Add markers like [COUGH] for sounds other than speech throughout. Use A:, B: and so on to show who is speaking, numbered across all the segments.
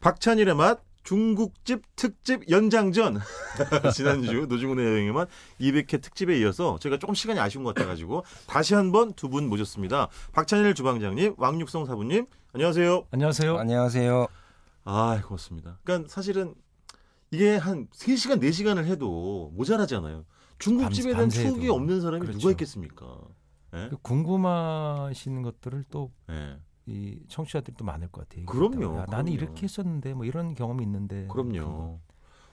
A: 박찬일의 맛 중국집 특집 연장전 [LAUGHS] 지난주 노중훈의 여행의 맛 200회 특집에 이어서 저희가 조금 시간이 아쉬운 것 같아가지고 다시 한번 두 분 모셨습니다. 박찬일 주방장님, 왕육성 사부님 안녕하세요.
B: 안녕하세요.
C: 안녕하세요.
A: 아, 고맙습니다. 그러니까 사실은 이게 한 3시간, 4시간을 해도 모자라잖아요. 중국집에
B: 밤-
A: 대한
B: 밤새도.
A: 추억이 없는 사람이 누가
B: 그렇죠.
A: 있겠습니까? 예?
B: 궁금하신 것들을
A: 예.
B: 또 이 청취자들도 많을 것 같아요.
A: 그럼요,
B: 야, 나는
A: 그럼요.
B: 이렇게 했었는데 뭐 이런 경험이
C: 네,
B: 있는데.
A: 그럼요.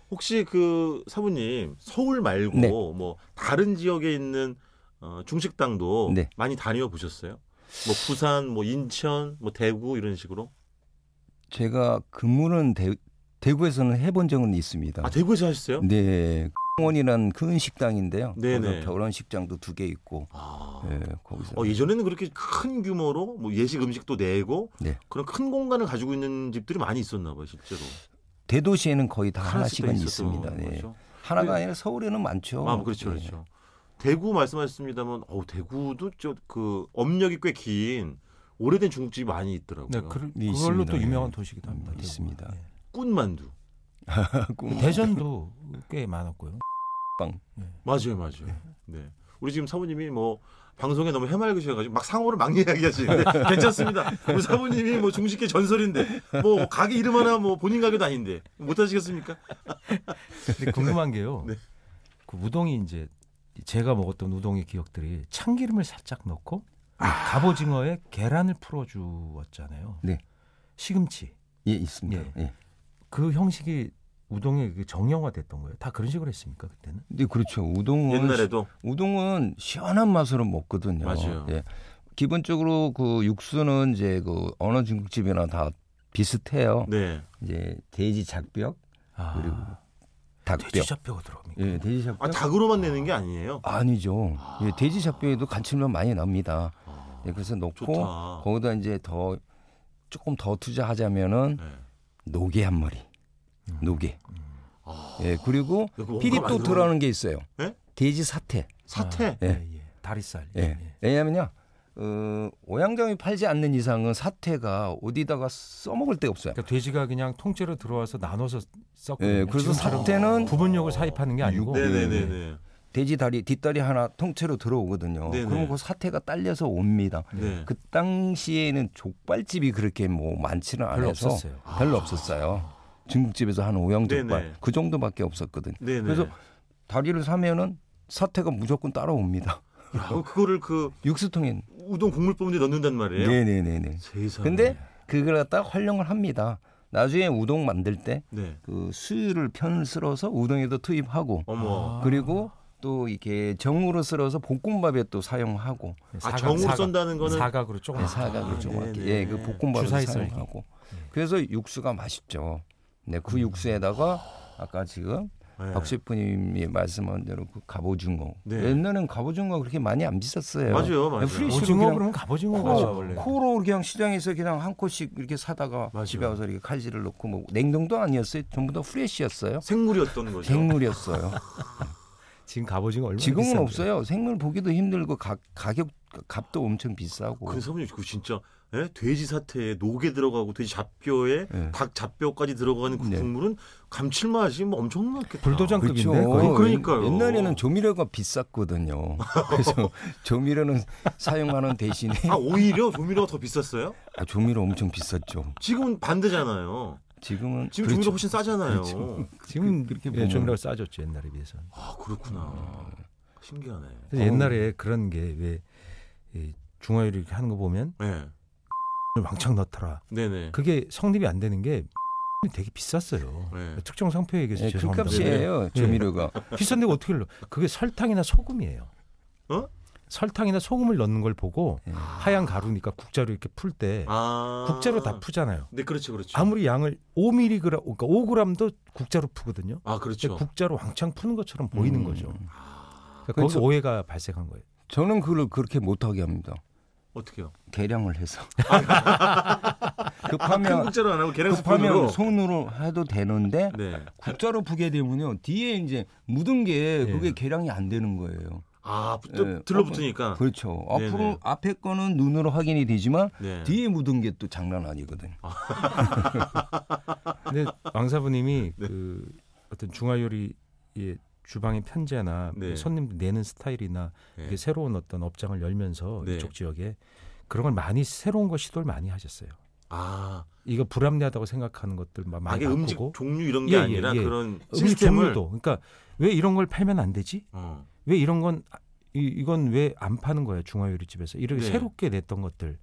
A: 혹시 그 사부님 서울 말고
C: 네.
A: 뭐 다른 지역에 있는 어, 중식당도
C: 네.
A: 많이 다녀 보셨어요? 뭐 부산, 뭐 인천, 뭐 대구 이런 식으로?
C: 제가 근무는 대, 대구에서는 해본 적은 있습니다.
A: 아, 대구에서 하셨어요?
C: 네, 원이란 큰 식당인데요.
A: 네네.
C: 거기서 결혼식장도 두 개 있고,
A: 아.
C: 예, 거기서
A: 어, 예전에는 그렇게 큰 규모로 뭐 예식 음식도 내고
C: 네.
A: 그런 큰 공간을 가지고 있는 집들이 많이 있었나 봐요 실제로
C: 대도시에는 거의 다
A: 하나씩 다
C: 하나씩은
A: 있었던
C: 있습니다. 네.
A: 거죠.
C: 하나가
A: 근데-
C: 아니라 서울에는 많죠.
A: 아, 뭐 그렇죠,
C: 예.
A: 그렇죠. 대구 말씀하셨습니다만, 어 대구도 저그 업력이 꽤 긴 오래된 중국집이 많이
B: 네,
A: 있더라고요.
B: 그, 걸로
C: 예,
B: 또
C: 있습니다.
B: 유명한
C: 예.
B: 도시기도 합니다.
C: 음,
B: 대구가.
C: 있습니다.
B: 예. 그
A: 꾼만두
C: 꿈.
A: 음.
B: 대전도 꽤 많았고요.
A: 맞아요, 맞아요. 네, 우리 지금 사부님이 뭐 방송에 너무 해맑으셔가지고 막 상호를 막 이야기하시는데
C: [LAUGHS]
A: 괜찮습니다. 우리 사부님이 뭐 중식계 전설인데 뭐 가게 이름 하나 뭐 본인 가게도 아닌데 못하시겠습니까?
C: 어, [LAUGHS]
B: 근데 궁금한 게요.
A: 네.
B: 그 우동이 이제 제가 먹었던 우동의 기억들이 참기름을 살짝 넣고 갑오징어에 계란을 풀어주었잖아요.
C: 아. 네.
B: 시금치
C: 예, 있습니다. 예.
B: 그 형식이 우동의 그 정형화됐던 거예요. 다 그런 식으로 했습니까 그때는?
C: 네, 그렇죠. 우동은
A: 옛날에도
C: 우동은 시원한 맛으로 먹거든요.
A: 맞아요.
C: 예. 기본적으로 그 육수는 이제 그 어느 중국집이나 다 비슷해요.
A: 네.
C: 이제 돼지 작벽
B: 아,
C: 그리고 닭벽.
B: 돼지 잡뼈가 들어옵니까?
C: 예, 돼지
A: 아
C: 잡뼈.
A: 닭으로만 내는 게 아니에요.
C: 아니죠. 예, 돼지 잡뼈에도 간칠면 많이 납니다. 예, 그래서 넣고
A: 아. 좋다.
C: 거기다 이제 더 조금 더 투자하자면은
A: 네. 음.
C: 노게 한 마리. 노게.
A: 아.
C: 예, 그리고
A: 이거 뭔가 만들어-
C: 피리또토라는 게 있어요.
A: 예?
C: 돼지 사태.
A: 사태.
B: 예,
C: 예.
B: 예. 다리살. 예.
C: 예.
B: 예.
C: 왜냐면요. 어, 오양장이 팔지 않는 이상은 사태가 어디다가 써먹을 데가 없어요.
B: 그러니까 돼지가 그냥 통째로 들어와서 나눠서 썩고.
C: 예, 그래서 사태는
B: 부분력을 사입하는 게 아니고. 예,
A: 네네네네.
C: 돼지 다리 뒷다리 하나 통째로 들어오거든요.
A: 네네.
C: 그러면 그 사태가 딸려서 옵니다.
A: 네.
C: 그 당시에는 족발집이 그렇게 뭐 많지는 않아서
B: 별로 없었어요.
C: 별로 없었어요. 중국집에서 한 오양 족발
A: 네네.
C: 그 정도밖에 없었거든.
A: 네네.
C: 그래서 다리를 사면은 사태가 무조건 따라옵니다. [LAUGHS]
A: 야, 그럼 그거를 그
C: 육수통엔
A: 우동 국물 뽑는데 넣는단 말이에요.
C: 네네네네.
A: 세상에.
C: 근데 그걸 갖다 활용을 합니다. 나중에 우동 만들
A: 네.
C: 때 그 수유를 편 쓸어서 우동에도 투입하고
A: 어머.
C: 그리고 또 이렇게 정으로 쓸어서 볶음밥에 또 사용하고
A: 아, 정으로
B: 사각.
A: 썬다는 거는
B: 사각으로 조금
C: 네, 사각으로 정확히
A: 아, 네네. 네.
C: 예, 그 볶음밥을
B: 주사위 썰기.
C: 사용하고 그래서 육수가 맛있죠. 네, 그 육수에다가 아까 지금
A: 음. 네.
C: 박 셰프님이 말씀한 대로 그 갑오징어.
A: 네.
C: 옛날엔 갑오징어 그렇게 많이 안 비쌌어요.
A: 맞아요, 맞아요.
C: 네, 프리시로
B: 오징어
C: 그냥
B: 그러면 갑오징어가 원래.
C: 코, 코로 그냥 시장에서 그냥 한 코씩 이렇게 사다가
A: 맞아요.
C: 집에 와서 이렇게 칼질을 넣고 뭐 냉동도 아니었어요. 전부 다 프레시였어요.
A: 생물이었던 거죠.
C: 생물이었어요.
B: 지금 갑오징어 얼마?
C: 지금은 없어요. 생물 보기도 힘들고 가, 가격 값도 엄청 비싸고.
A: 그 사모님 그 진짜 예? 돼지 사태에 녹에 들어가고 돼지 잡뼈에
C: 예.
A: 닭 잡뼈까지 들어가는 그
C: 네.
A: 국물은 감칠맛이 뭐 엄청나겠다.
B: 불도장-
C: 그렇죠.
B: 급인데, 거의.
A: 그러니까요.
C: 옛날에는 조미료가
A: [LAUGHS]
C: 비쌌거든요. 그래서 조미료는 사용하는 대신에
A: 아 오히려 조미료가 더 비쌌어요?
C: 아, 조미료 엄청 비쌌죠.
A: 지금은 반대잖아요.
C: 지금은
A: 지금
C: 그렇죠.
A: 조미료 훨씬 싸잖아요.
C: 그렇죠.
B: 지금
C: 그-
B: 그렇게
C: 그렇게
B: 예,
C: 보면.
B: 조미료가 싸졌죠 옛날에 비해서.
A: 아 그렇구나. 신기하네.
B: 그래서
C: 어.
B: 옛날에 그런 게왜 중화요리 이렇게 하는 거 보면
A: 네.
B: 왕창 넣더라.
A: 네네.
B: 그게 성립이 안 되는 게 되게 비쌌어요.
A: 네.
B: 특정 상표에 의해서
C: 예, 그
B: 죄송합니다.
C: 값이에요.
B: 네.
C: 조미료가.
B: 비싼데 어떻게 넣어? 그게 설탕이나 소금이에요.
A: 어?
B: 설탕이나 소금을 넣는 걸 보고
C: 예.
B: 하얀 가루니까 국자로 이렇게 풀 때
A: 아.
B: 국자로 다 푸잖아요.
A: 네, 그렇죠, 그렇죠.
B: 아무리 양을 5mg, 그러니까 5g도 국자로 푸거든요.
A: 아,
B: 근데
C: 네,
A: 그렇죠. 아.
B: 국자로 왕창 푸는 것처럼 보이는
C: 음.
B: 거죠. 그러니까
C: 그렇죠.
B: 거기서 오해가 발생한 거예요.
C: 저는 그걸 그렇게 못하게 합니다.
A: 어떻게요?
C: 계량을 해서
A: [LAUGHS] 큰 아,
C: 급하면
A: 국자로 안 하고 계량 스푼으로.
C: 급하면 손으로 해도 되는데
A: 네.
C: 국자로 부게 되면요 뒤에 이제 묻은 게
B: 예.
C: 그게 계량이 안 되는 거예요.
A: 아, 붙,
C: 예.
A: 들러붙으니까.
C: 그렇죠.
A: [LAUGHS] 네네.
C: 앞으로 앞에 거는 눈으로 확인이 되지만
A: 네.
C: 뒤에 묻은 게 또 장난 아니거든.
B: 근데 [LAUGHS] 왕사부님이
A: 네.
B: 그 어떤 중화 요리의 주방의 편제나 뭐
A: 네.
B: 손님들 내는 스타일이나
A: 네.
B: 이게 새로운 어떤 업장을 열면서
A: 네.
B: 이쪽 지역에 그런 걸 많이 새로운 거 시도를 많이 하셨어요.
A: 아,
B: 이거 불합리하다고 생각하는 것들 막
A: 아게
B: 많이 바꾸고
A: 음식 종류 이런 게
B: 예, 예,
A: 아니라
B: 예.
A: 그런
B: 음식
A: 시스템을
B: 종류도 그러니까 왜 이런 걸 팔면 안 되지?
A: 어.
B: 왜 이런 건 아, 이, 이건 왜 안 파는 거야 중화요리집에서 이렇게
A: 네.
B: 새롭게 냈던 것들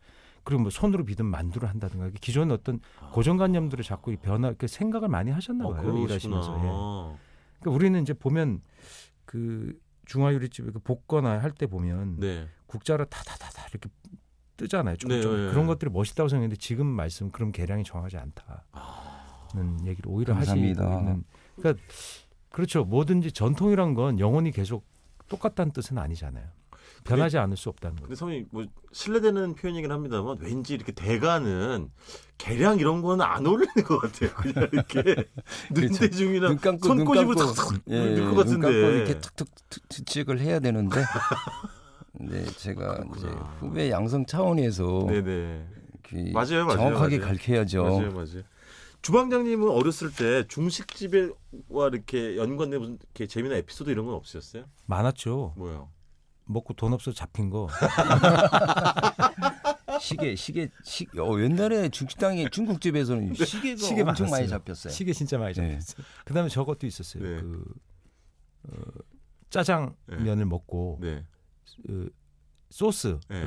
B: 그리고 뭐 손으로 빚은 만두를 한다든가 이게 기존 어떤
A: 아.
B: 고정관념들을 자꾸 이 변화 이렇게 생각을 많이 하셨나
A: 어,
B: 봐요 일하시면서 예.
A: 그러시구나.
B: 그러니까 우리는 이제 보면 그 중화요리집에 그 볶거나 할 때 보면
A: 네.
B: 국자로 타다다다 이렇게 뜨잖아요 조금
A: 네,
B: 조금.
A: 네,
B: 그런
A: 네.
B: 것들이 멋있다고 생각했는데 지금 말씀 그럼 계량이 정하지 않다
A: 아.
B: 는 얘기를 오히려
C: 감사합니다.
B: 하시고 있는 그러니까 그렇죠 뭐든지 전통이란 건 영원히 계속 똑같다는 뜻은 아니잖아요 변하지 않을 수 없다는 거죠
A: 근데 선생님 뭐 실례되는 표현이긴 합니다만 왠지 이렇게 대가는 계량 이런 거는 안 어울리는 것 같아요. 그냥 이렇게 눈대중이나
C: 눈 감고
A: 손꼽이로
C: 눈 감고
A: 탁탁
C: 예,
A: 밀것
C: 눈
A: 같은데.
C: 감고 이렇게 툭툭 툭- 추측을
A: [LAUGHS]
C: 해야 되는데 네 제가 이제
A: 아, 그렇구나.
C: 후배 양성 차원에서
A: 네네
C: 그
A: 맞아요, 맞아요,
C: 정확하게
A: 맞아요.
C: 가르쳐야죠.
A: 맞아요 맞아요. 주방장님은 어렸을 때 중식집에와 이렇게 연관된 무슨 이렇게 재미난 에피소드 이런 건 없으셨어요?
B: 많았죠
A: 뭐요?
B: 먹고 돈 없어
A: [LAUGHS]
B: 잡힌 거
C: 시계 시계 시 어, 옛날에 중식당에
A: [LAUGHS]
C: 중국집에서는
A: 네.
C: 시계가
B: 시계
C: 엄청 많이
B: 많았어요.
C: 잡혔어요.
B: 시계 진짜 많이
C: 네.
B: 잡혔어요 그다음에 저것도 있었어요
A: 네.
B: 그 어, 짜장면을 먹고
A: [LAUGHS] 네.
B: 그 소스를
A: 네.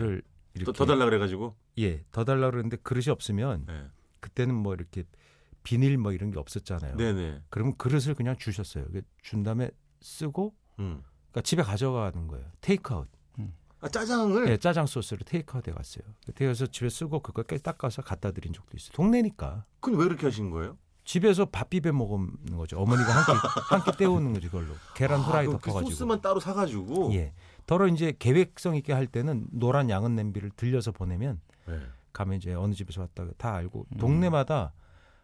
B: 이렇게
A: 더, 더 달라 그래가지고.
B: 예, 더 달라 그러는데 그릇이 없으면
A: 네.
B: 그때는 뭐 이렇게 비닐 뭐 이런 게 없었잖아요.
A: 네네.
B: 그러면 그릇을 그냥 주셨어요. 그준 다음에 쓰고
A: 음.
B: 그러니까 집에 가져가는 거예요. 테이크아웃.
A: 아 짜장을.
B: 예, 짜장 소스를 테이크아웃 해 갔어요. 그래서 집에 쓰고 그거 깨 닦아서 갖다 드린 적도 있어요. 동네니까.
A: 그건 왜 그렇게 하신 거예요?
B: 집에서 밥 비벼 먹는 거죠. 어머니가
A: [LAUGHS]
B: 한끼 한 끼 때우는 거지 그걸로. 계란
A: 아,
B: 후라이
A: 그럼
B: 덮어
A: 그
B: 가지고.
A: 소스만 따로 사가지고.
B: 예. 더러 이제 계획성 있게 할 때는 노란 양은 냄비를 들려서 보내면
A: 네.
B: 가면 이제 어느 집에서 왔다 다 알고
A: 음.
B: 동네마다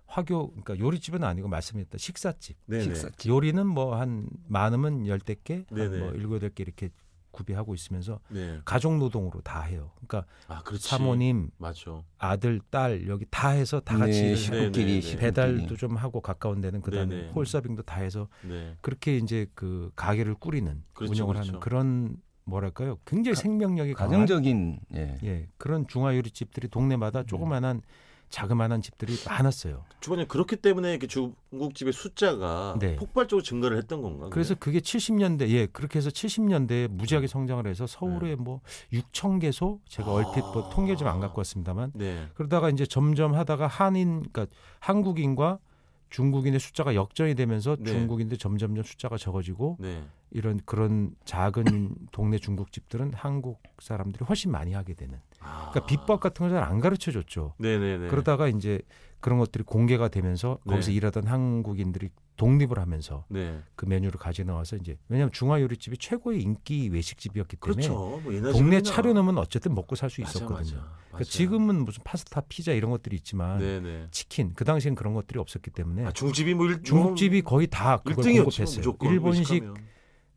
B: 화교 그러니까 요리집은 아니고 말씀했다 식사집
A: 네네.
C: 식사집.
B: 요리는 뭐 한 많으면 열댓 개뭐
A: 네네.
B: 일곱 여덟 개 이렇게 구비하고 있으면서
A: 네.
B: 가족 노동으로 다 해요. 그러니까
A: 아 그렇지.
B: 사모님
A: 맞죠.
B: 아들 딸 여기 다 해서 다 같이 일을
C: 네,
A: 네,
B: 해요.
A: 네.
C: 식구끼리 식구끼리.
B: 배달도 좀 하고 가까운 데는 그다음에
A: 네네.
B: 홀 서빙도 다 해서
A: 네.
B: 그렇게 이제 그 가게를 꾸리는
A: 그렇죠,
B: 운영을
A: 그렇죠.
B: 하는 그런 뭐랄까요 굉장히
C: 가-
B: 생명력이 강한
C: 가정적인 예.
B: 예, 그런 중화 요리집들이 동네마다 조그만한 자그만한 집들이 많았어요.
A: 주방장 그렇기 때문에 이렇게 중국집의 숫자가
B: 네.
A: 폭발적으로 증가를 했던 건가?
B: 그래서 그게 70년대 예, 그렇게 해서 70년대에 무지하게 성장을 해서 서울에 뭐 6천 개소 제가 얼핏 뭐
A: 네. 아.
B: 통계 좀 안 갖고 왔습니다만
A: 네.
B: 그러다가 이제 점점 하다가 한인 그러니까 한국인과 중국인의 숫자가 역전이 되면서
A: 네.
B: 중국인들 점점점 숫자가 적어지고
A: 네.
B: 이런 그런
A: [COUGHS]
B: 작은 동네 중국집들은 한국 사람들이 훨씬 많이 하게 되는
A: 아.
B: 그러니까 비법 같은 걸 잘 안 가르쳐 줬죠.
A: 네네네.
B: 그러다가 이제 그런 것들이 공개가 되면서
A: 네.
B: 거기서 일하던 한국인들이 독립을 하면서
A: 네.
B: 그 메뉴를 가져 나와서 이제 왜냐하면 중화 요리집이 최고의 인기 외식집이었기 때문에
A: 그렇죠. 뭐 옛날
B: 동네
A: 집이나.
B: 차려놓으면 어쨌든 먹고 살 수
A: 맞아, 맞아,
B: 있었거든요.
A: 맞아.
B: 그러니까 지금은 무슨 파스타, 피자 이런 것들이 있지만
A: 네네.
B: 치킨 그 당시엔 그런 것들이 없었기 때문에
A: 아, 중국집이 뭐 일,
B: 네. 중국집이 거의 다 그걸
A: 1등이었죠.
B: 공급했어요.
A: 무조건
B: 일본식
A: 외식하면.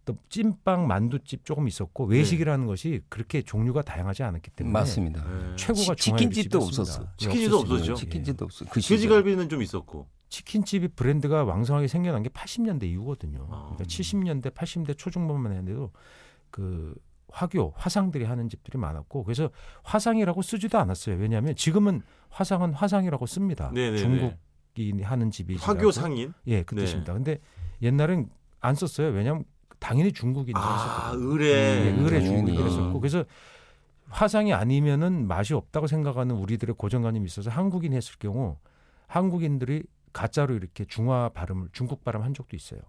B: 또 찐빵, 만두집 조금 있었고 외식이라는 것이 그렇게 종류가 다양하지 않았기 때문에
C: 맞습니다.
A: 네.
B: 최고가
C: 치-
B: 중화 요리집이었습니다.
C: 치킨집도 없었어.
B: 예,
A: 치킨집도
B: 없었어요.
A: 없었죠. 예.
C: 치킨집도 없어. 그 시절.
A: 돼지갈비는 좀 있었고.
B: 치킨집이 브랜드가 왕성하게 생겨난 게 80년대 이후거든요.
A: 아.
B: 그러니까 70년대, 80년대 초중반만 해도 그 화교, 화상들이 하는 집들이 많았고 그래서 화상이라고 쓰지도 않았어요. 왜냐하면 지금은 화상은 화상이라고 씁니다.
A: 네네네.
B: 중국인이 하는 집이
A: 화교 상인.
B: 예, 그
A: 네.
B: 뜻입니다. 근데 옛날엔 안 썼어요. 왜냐하면 당연히 중국인이
A: 아,
B: 했었거든요.
A: 의뢰.
B: 예, 의뢰
C: 당연히.
B: 중국이 그랬었고 그래서 화상이 아니면은 맛이 없다고 생각하는 우리들의 고정관념이 있어서 한국인 했을 경우 한국인들이 가짜로 이렇게 중화 발음을 중국 발음 한 적도 있어요.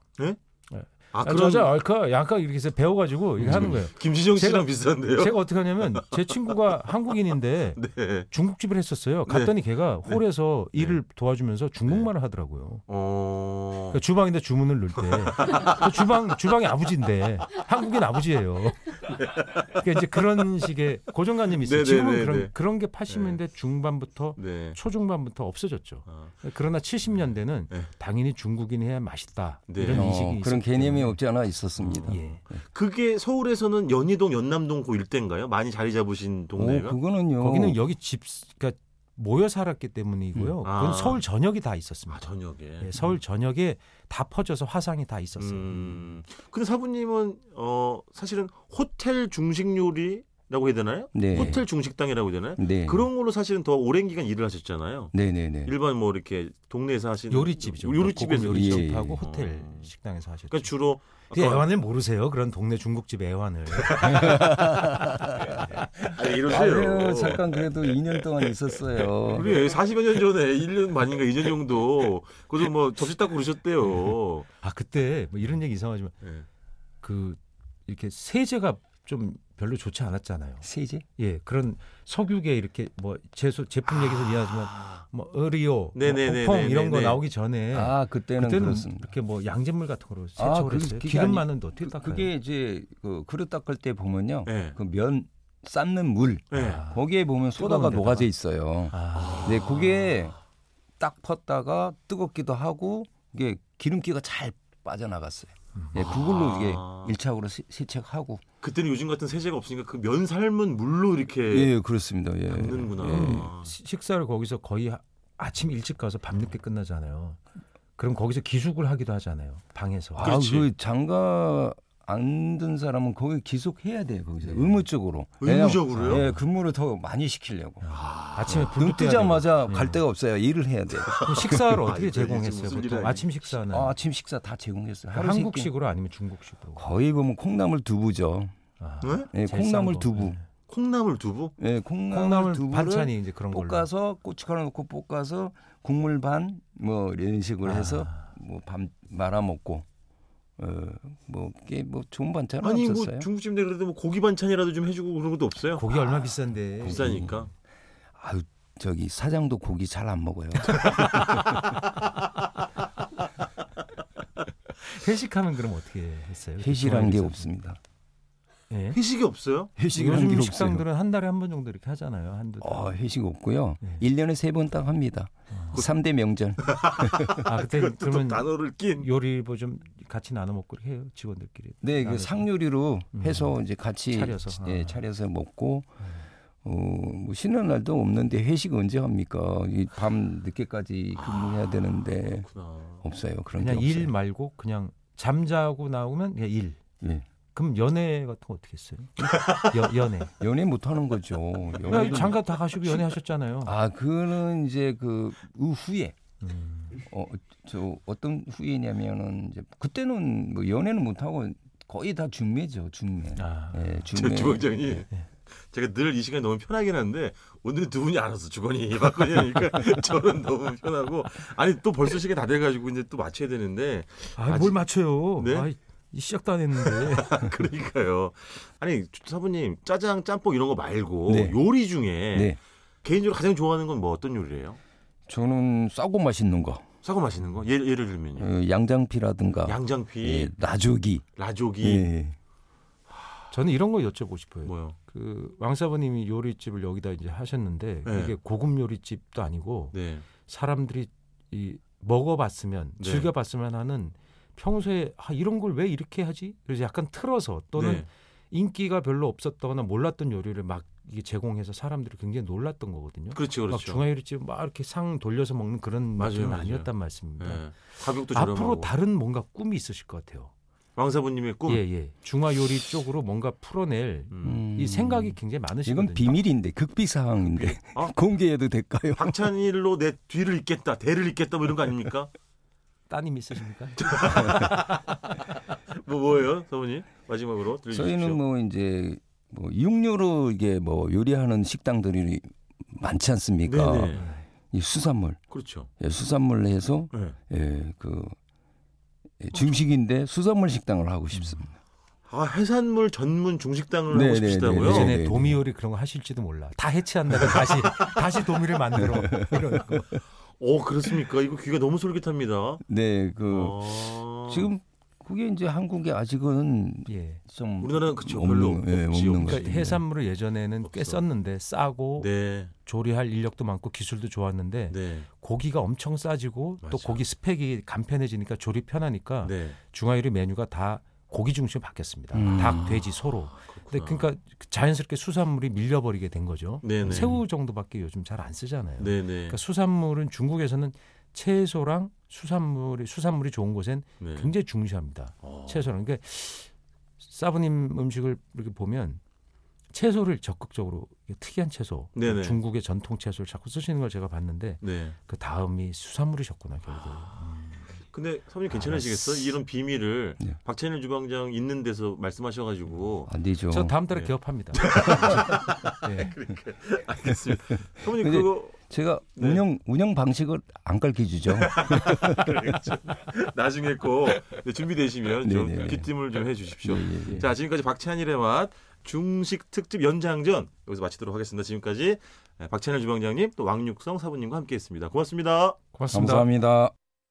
A: 아,
B: 아, 저자
A: 그런
B: 알까 양까 이렇게 해서 배워가지고 이렇게 하는 거예요.
A: 김시정 씨랑
B: 제가-
A: 비슷한데요.
B: 제가 어떻게 하냐면 제 친구가 한국인인데
A: [LAUGHS] 네.
B: 중국집을 했었어요. 갔더니 걔가 홀에서 일을 도와주면서 중국말을 하더라고요.
A: 어.
B: 그러니까 주방인데 주문을 넣을 때 그 주방 주방의 아버지인데 한국인 아버지예요. 그러니까 이제 그런 식의 고정관념이 있어요.
A: 네네네네.
B: 지금은 그런 그런 게 80년대 중반부터
A: 네.
B: 초중반부터 없어졌죠.
A: 아,
B: 그러나 70년대는
A: 네.
B: 당연히 중국인 해야 맛있다
A: 네.
B: 이런
C: 어,
B: 인식이
C: 그런
B: 있었기
C: 개념이
B: 때문에.
C: 없지 않아 있었습니다. 네.
B: 예.
A: 그게 서울에서는 연희동, 연남동 그 일대인가요? 많이 자리 잡으신
C: 오,
A: 동네가?
C: 그거는요.
B: 거기는 여기 집 그러니까 모여 살았기 때문이고요.
A: 음.
B: 그건
A: 아.
B: 서울 전역이 다
A: 아,
B: 있었습니다.
A: 저녁에.
B: 예, 서울 전역에 다 퍼져서 화상이 다 있었어요.
A: 음. 근데 사부님은 어 사실은 호텔 중식 요리라고 해야 되나요?
B: 예.
C: 네.
A: 호텔 중식당이라고 해야 되나요?
C: 네.
A: 그런 걸로 사실은 더 오랜 기간 일을 하셨잖아요.
C: 네네네.
A: 일반 뭐 이렇게 동네에서 하시는
B: 요리집이죠.
A: 요리집에서
B: 고급
A: 요리집.
C: 요리집.
B: 요리집하고
A: 예, 예.
B: 호텔
A: 어.
B: 식당에서 하셨죠.
A: 그러니까 주로
B: 그
A: 아까-
B: 애환을 모르세요? 그런 동네 중국집 애환을.
A: 아니,
C: 아유
A: 이러세요.
C: 잠깐 그래도 2년 동안 있었어요.
A: 그래 40여 년 전에 1년 반인가 2년 정도 그래서 뭐 접시 닦고 그러셨대요.
B: 아 그때 뭐 이런 얘기 이상하지만
A: 예.
B: 그 이렇게 세제가 좀 별로 좋지 않았잖아요.
C: 세제?
B: 예, 그런 석유계 이렇게 뭐 제소 제품 얘기해서 미안하지만
A: 아,
B: 뭐 의료, 뭐
A: 네네네네네.
B: 폭풍 이런 거 나오기 전에
C: 아 그때는,
B: 예. 그때는
C: 그렇습니다.
B: 이렇게 뭐 양잿물 같은 거로 세척을
C: 아, 그-
B: 했어요.
C: 그게
B: 기름
C: 아니-
B: 많은데 어떻게 닦아요?
C: 그게 이제 그 그릇 닦을 때 보면요.
A: 예.
C: 그 면 삶는 물
A: 예.
B: 아.
C: 거기에 보면 소다가
B: 데다가.
C: 녹아져 있어요.
B: 아,
C: 네, 그게 딱 펐다가 뜨겁기도 하고 이게 기름기가 잘 빠져나갔어요. 예, 그걸로 이게
A: 아.
C: 일차적으로 세- 세척하고.
A: 그때는 요즘 같은 세제가 없으니까 그 면 삶은 물로 이렇게
C: 예, 그렇습니다. 예.
A: 담는구나.
B: 시- 식사를 거기서 거의 하- 아침 일찍 가서 밤늦게 끝나잖아요. 그럼 거기서 기숙을 하기도 하잖아요. 방에서.
C: 아,
A: 그렇지.
C: 그 장가 안 든 사람은 거기 기속해야 돼요. 거기서
B: 네.
C: 의무적으로.
A: 의무적으로요?
C: 왜냐면, 예, 근무를 더 많이 시키려고.
B: 아, 네. 침에
C: 눈
B: 불도 떼야
C: 뜨자마자
B: 되고.
C: 갈 데가 없어요. 일을 해야 돼요.
B: 그럼 식사를
A: 아이고,
B: 어떻게
A: 이게
B: 제공했어요?
A: 무슨
B: 보통
A: 일이야,
B: 아침 식사는
C: 아, 아침 식사 다 제공했어요. 하루 세 끼.
B: 네. 한국식으로 아니면 중국식으로.
C: 거의 보면 콩나물 두부죠.
B: 아,
A: 네?
C: 예,
B: 제일 싼
C: 콩나물
B: 거. 네.
C: 두부.
A: 콩나물 두부?
C: 예, 콩나물,
B: 콩나물
C: 두부를
B: 반찬이 이제 그런 걸로.
C: 볶아서 고춧가루 넣고 볶아서 국물 반 뭐 이런 식으로
B: 아.
C: 해서 뭐 밥 말아 먹고 어, 어뭐게뭐 좋은 반찬은
A: 아니
C: 없었어요.
A: 뭐 중국집 내 그래도 뭐 고기 반찬이라도 좀 해주고 그런 것도 없어요.
B: 고기 얼마 비싼데.
A: 비싸니까.
C: 아유 저기 사장도 고기 잘 안 먹어요.
B: 회식하면 그럼 어떻게 했어요?
C: 회식이란 게
B: 중화요리사.
C: 없습니다.
B: 예.
A: 회식이 없어요?
C: 회식이란 게
B: 요즘
C: 없어요.
B: 식당들은 한 달에 한 번 정도 이렇게 하잖아요. 한두 달.
C: 어, 회식 없고요.
B: 네.
C: 일년에 세 번 딱 합니다. 삼 대 명절.
B: 아,
C: 네,
B: 그때
A: 그것도 또
B: 그러면
A: 단어를 낀.
B: 요리 뭐좀 같이 나눠 먹고 이렇게 해요. 직원들끼리.
C: 네, 그
B: 나눠서.
C: 상요리로 해서 이제 같이
B: 차려서.
C: 예,
B: 아.
C: 차려서 먹고 어, 뭐 쉬는 날도 없는데 회식 언제 합니까? 이 밤 늦게까지 근무해야 되는데
A: 그렇구나.
C: 없어요. 그런 게
B: 그냥
C: 없어요.
B: 일 말고 그냥 잠자고 나오면 그냥 일.
C: 예.
B: 그럼 연애 같은 거 어떻게 했어요? 여- 연애.
C: 연애 못 하는 거죠.
B: 야,
C: 연애도-
B: 장가 다 가시고 연애 하셨잖아요.
C: 아, 그거는 이제 그 후에
B: 음.
C: 어, 저 어떤 후예냐면은 이제 그때는 뭐 연애는 못 하고 거의 다 중매죠, 중매.
B: 아.
C: 예,
A: 저
C: 중매.
A: 주방장이
B: 네.
A: 제가 늘 이 시간이 너무 편하긴 한데 오늘은 두 분이 알아서 주거니 바꾸니까 [LAUGHS] 저는 너무 편하고 아니 또 벌써 시간 다 돼가지고 이제 또 맞춰야 되는데
B: 아,
A: 아직-
B: 뭘 맞춰요?
A: 네?
B: 아이, 이 시작도 안 했는데.
A: 아,
B: [LAUGHS]
A: 그러니까요. 아니 사부님 짜장 짬뽕 이런 거 말고
C: 네.
A: 요리 중에
C: 네.
A: 개인적으로 가장 좋아하는 건 뭐 어떤 요리예요?
C: 저는 싸고 맛있는 거.
A: 싸고 맛있는 거? 예를, 예를 들면요.
B: 음,
C: 어,
B: 아,
C: 양장피라든가
A: 양장피,
C: 예, 나조기.
A: 라조기
B: 네.
C: 예.
B: 저는 이런 거 여쭤보고 싶어요.
A: 뭐요?
B: 그 왕사부님이 요리집을 여기다 이제 하셨는데
A: 네.
B: 이게 고급 요리집도 아니고
A: 네.
B: 사람들이 이 먹어봤으면
A: 네.
B: 즐겨봤으면 하는 평소에 아, 이런 걸 왜 이렇게 하지? 그래서 약간 틀어서 또는
A: 네.
B: 인기가 별로 없었거나 몰랐던 요리를 막 이게 제공해서 사람들이 굉장히 놀랐던 거거든요.
A: 그렇죠,
B: 막
A: 그렇죠.
B: 중화요리집 막 이렇게 상 돌려서 먹는 그런
A: 맞아요,
B: 맛은
A: 맞아요.
B: 아니었단 말씀입니다.
A: 예. 가격도 저렴하고.
B: 앞으로 다른 뭔가 꿈이 있으실 것 같아요.
A: 왕사부님의 꿈.
B: 예, 예. 중화요리 쪽으로 뭔가 풀어낼
A: 음.
B: 이 생각이 굉장히 많으시거든요.
C: 이건 비밀인데 극비 사항인데
A: 어?
C: [LAUGHS] 공개해도 될까요?
A: 박찬일로 내 뒤를 잇겠다, 대를 잇겠다 뭐 이런 거 아닙니까? [LAUGHS]
B: 따님 있으십니까?
A: 네, 뭐 뭐예요, 사부님? 마지막으로 예, 들려주십시오.
C: 저희는 뭐 이제 뭐 육류로 이게 뭐 요리하는 식당들이 많지 않습니까?
A: 네네.
C: 이 수산물,
A: 그렇죠.
C: 예, 수산물 해서
A: 예.
C: 예, 그 예, 중식인데 수산물 식당을 하고 싶습니다.
A: 아 해산물 전문 중식당을 하고
C: 네네네.
A: 싶으시다고요?
C: 네,
B: 예전에
C: 네, 네.
B: 도미요리 그런 거 하실지도 몰라. 다 해체한다고 다시
A: [LAUGHS]
B: 다시 도미를 만들어. 이런 거.
A: 오 어, 그렇습니까? 이거 귀가 너무 솔깃합니다.
B: 음.
C: 네, 그
B: 어.
A: 아.
C: 지금 그게 이제 한국에 아직은
B: 예.
C: 좀
A: 우리나라는 그쵸
C: 없는-
A: 별로 없지,
C: 예, 없는
A: 없지.
C: 것
B: 그러니까
C: 같아요.
B: 해산물을 예전에는 꽤
A: 없어.
B: 썼는데 싸고
A: 네,
B: 조리할 인력도 많고 기술도 좋았는데
A: 네,
B: 고기가 엄청 싸지고
A: 맞아.
B: 또 고기 스펙이 간편해지니까 조리 편하니까
A: 네.
B: 중화요리 메뉴가 다 고기 중심이 바뀌었습니다.
C: 음.
B: 닭, 돼지, 소로.
A: 아,
B: 근데 그러니까 자연스럽게 수산물이 밀려버리게 된 거죠.
A: 네네.
B: 새우 정도밖에 요즘 잘 안 쓰잖아요.
A: 네네.
B: 그러니까 수산물은 중국에서는 채소랑 수산물이 수산물이 좋은 곳엔
A: 네.
B: 굉장히 중시합니다.
A: 어.
B: 채소는 그러니까 사부님 음식을 이렇게 보면 채소를 적극적으로 이게 특이한 채소,
A: 네네.
B: 중국의 전통 채소를 자꾸 쓰시는 걸 제가 봤는데
A: 네.
B: 그 다음이 수산물이셨구나 결국.
A: 아. 근데 사모님 괜찮으시겠어요? 이런 비밀을
C: 네. 아,
A: 박찬일 주방장 있는 데서 말씀하셔가지고
C: 안 되죠.
B: 저 다음 달에
A: 네.
B: 개업합니다.
A: [LAUGHS]
B: 네.
A: 알겠습니다. 사모님
C: 근데-
A: 그거 [LAUGHS]
C: 제가
A: 네.
C: 운영 운영 방식을 안
B: [LAUGHS]
C: 가르쳐 주죠.
A: 나중에 꼭 네, 준비되시면 좀
C: 네네.
A: 귀띔을 좀 해주십시오.
B: 그렇죠.
C: 예, 예, 예.
A: 자 지금까지 박찬일의 맛 중식 특집 연장전 여기서 마치도록 하겠습니다. 예, 지금까지 박찬일 주방장님 또 왕육성 사부님과 함께했습니다. 고맙습니다.
B: 고맙습니다.
C: 감사합니다.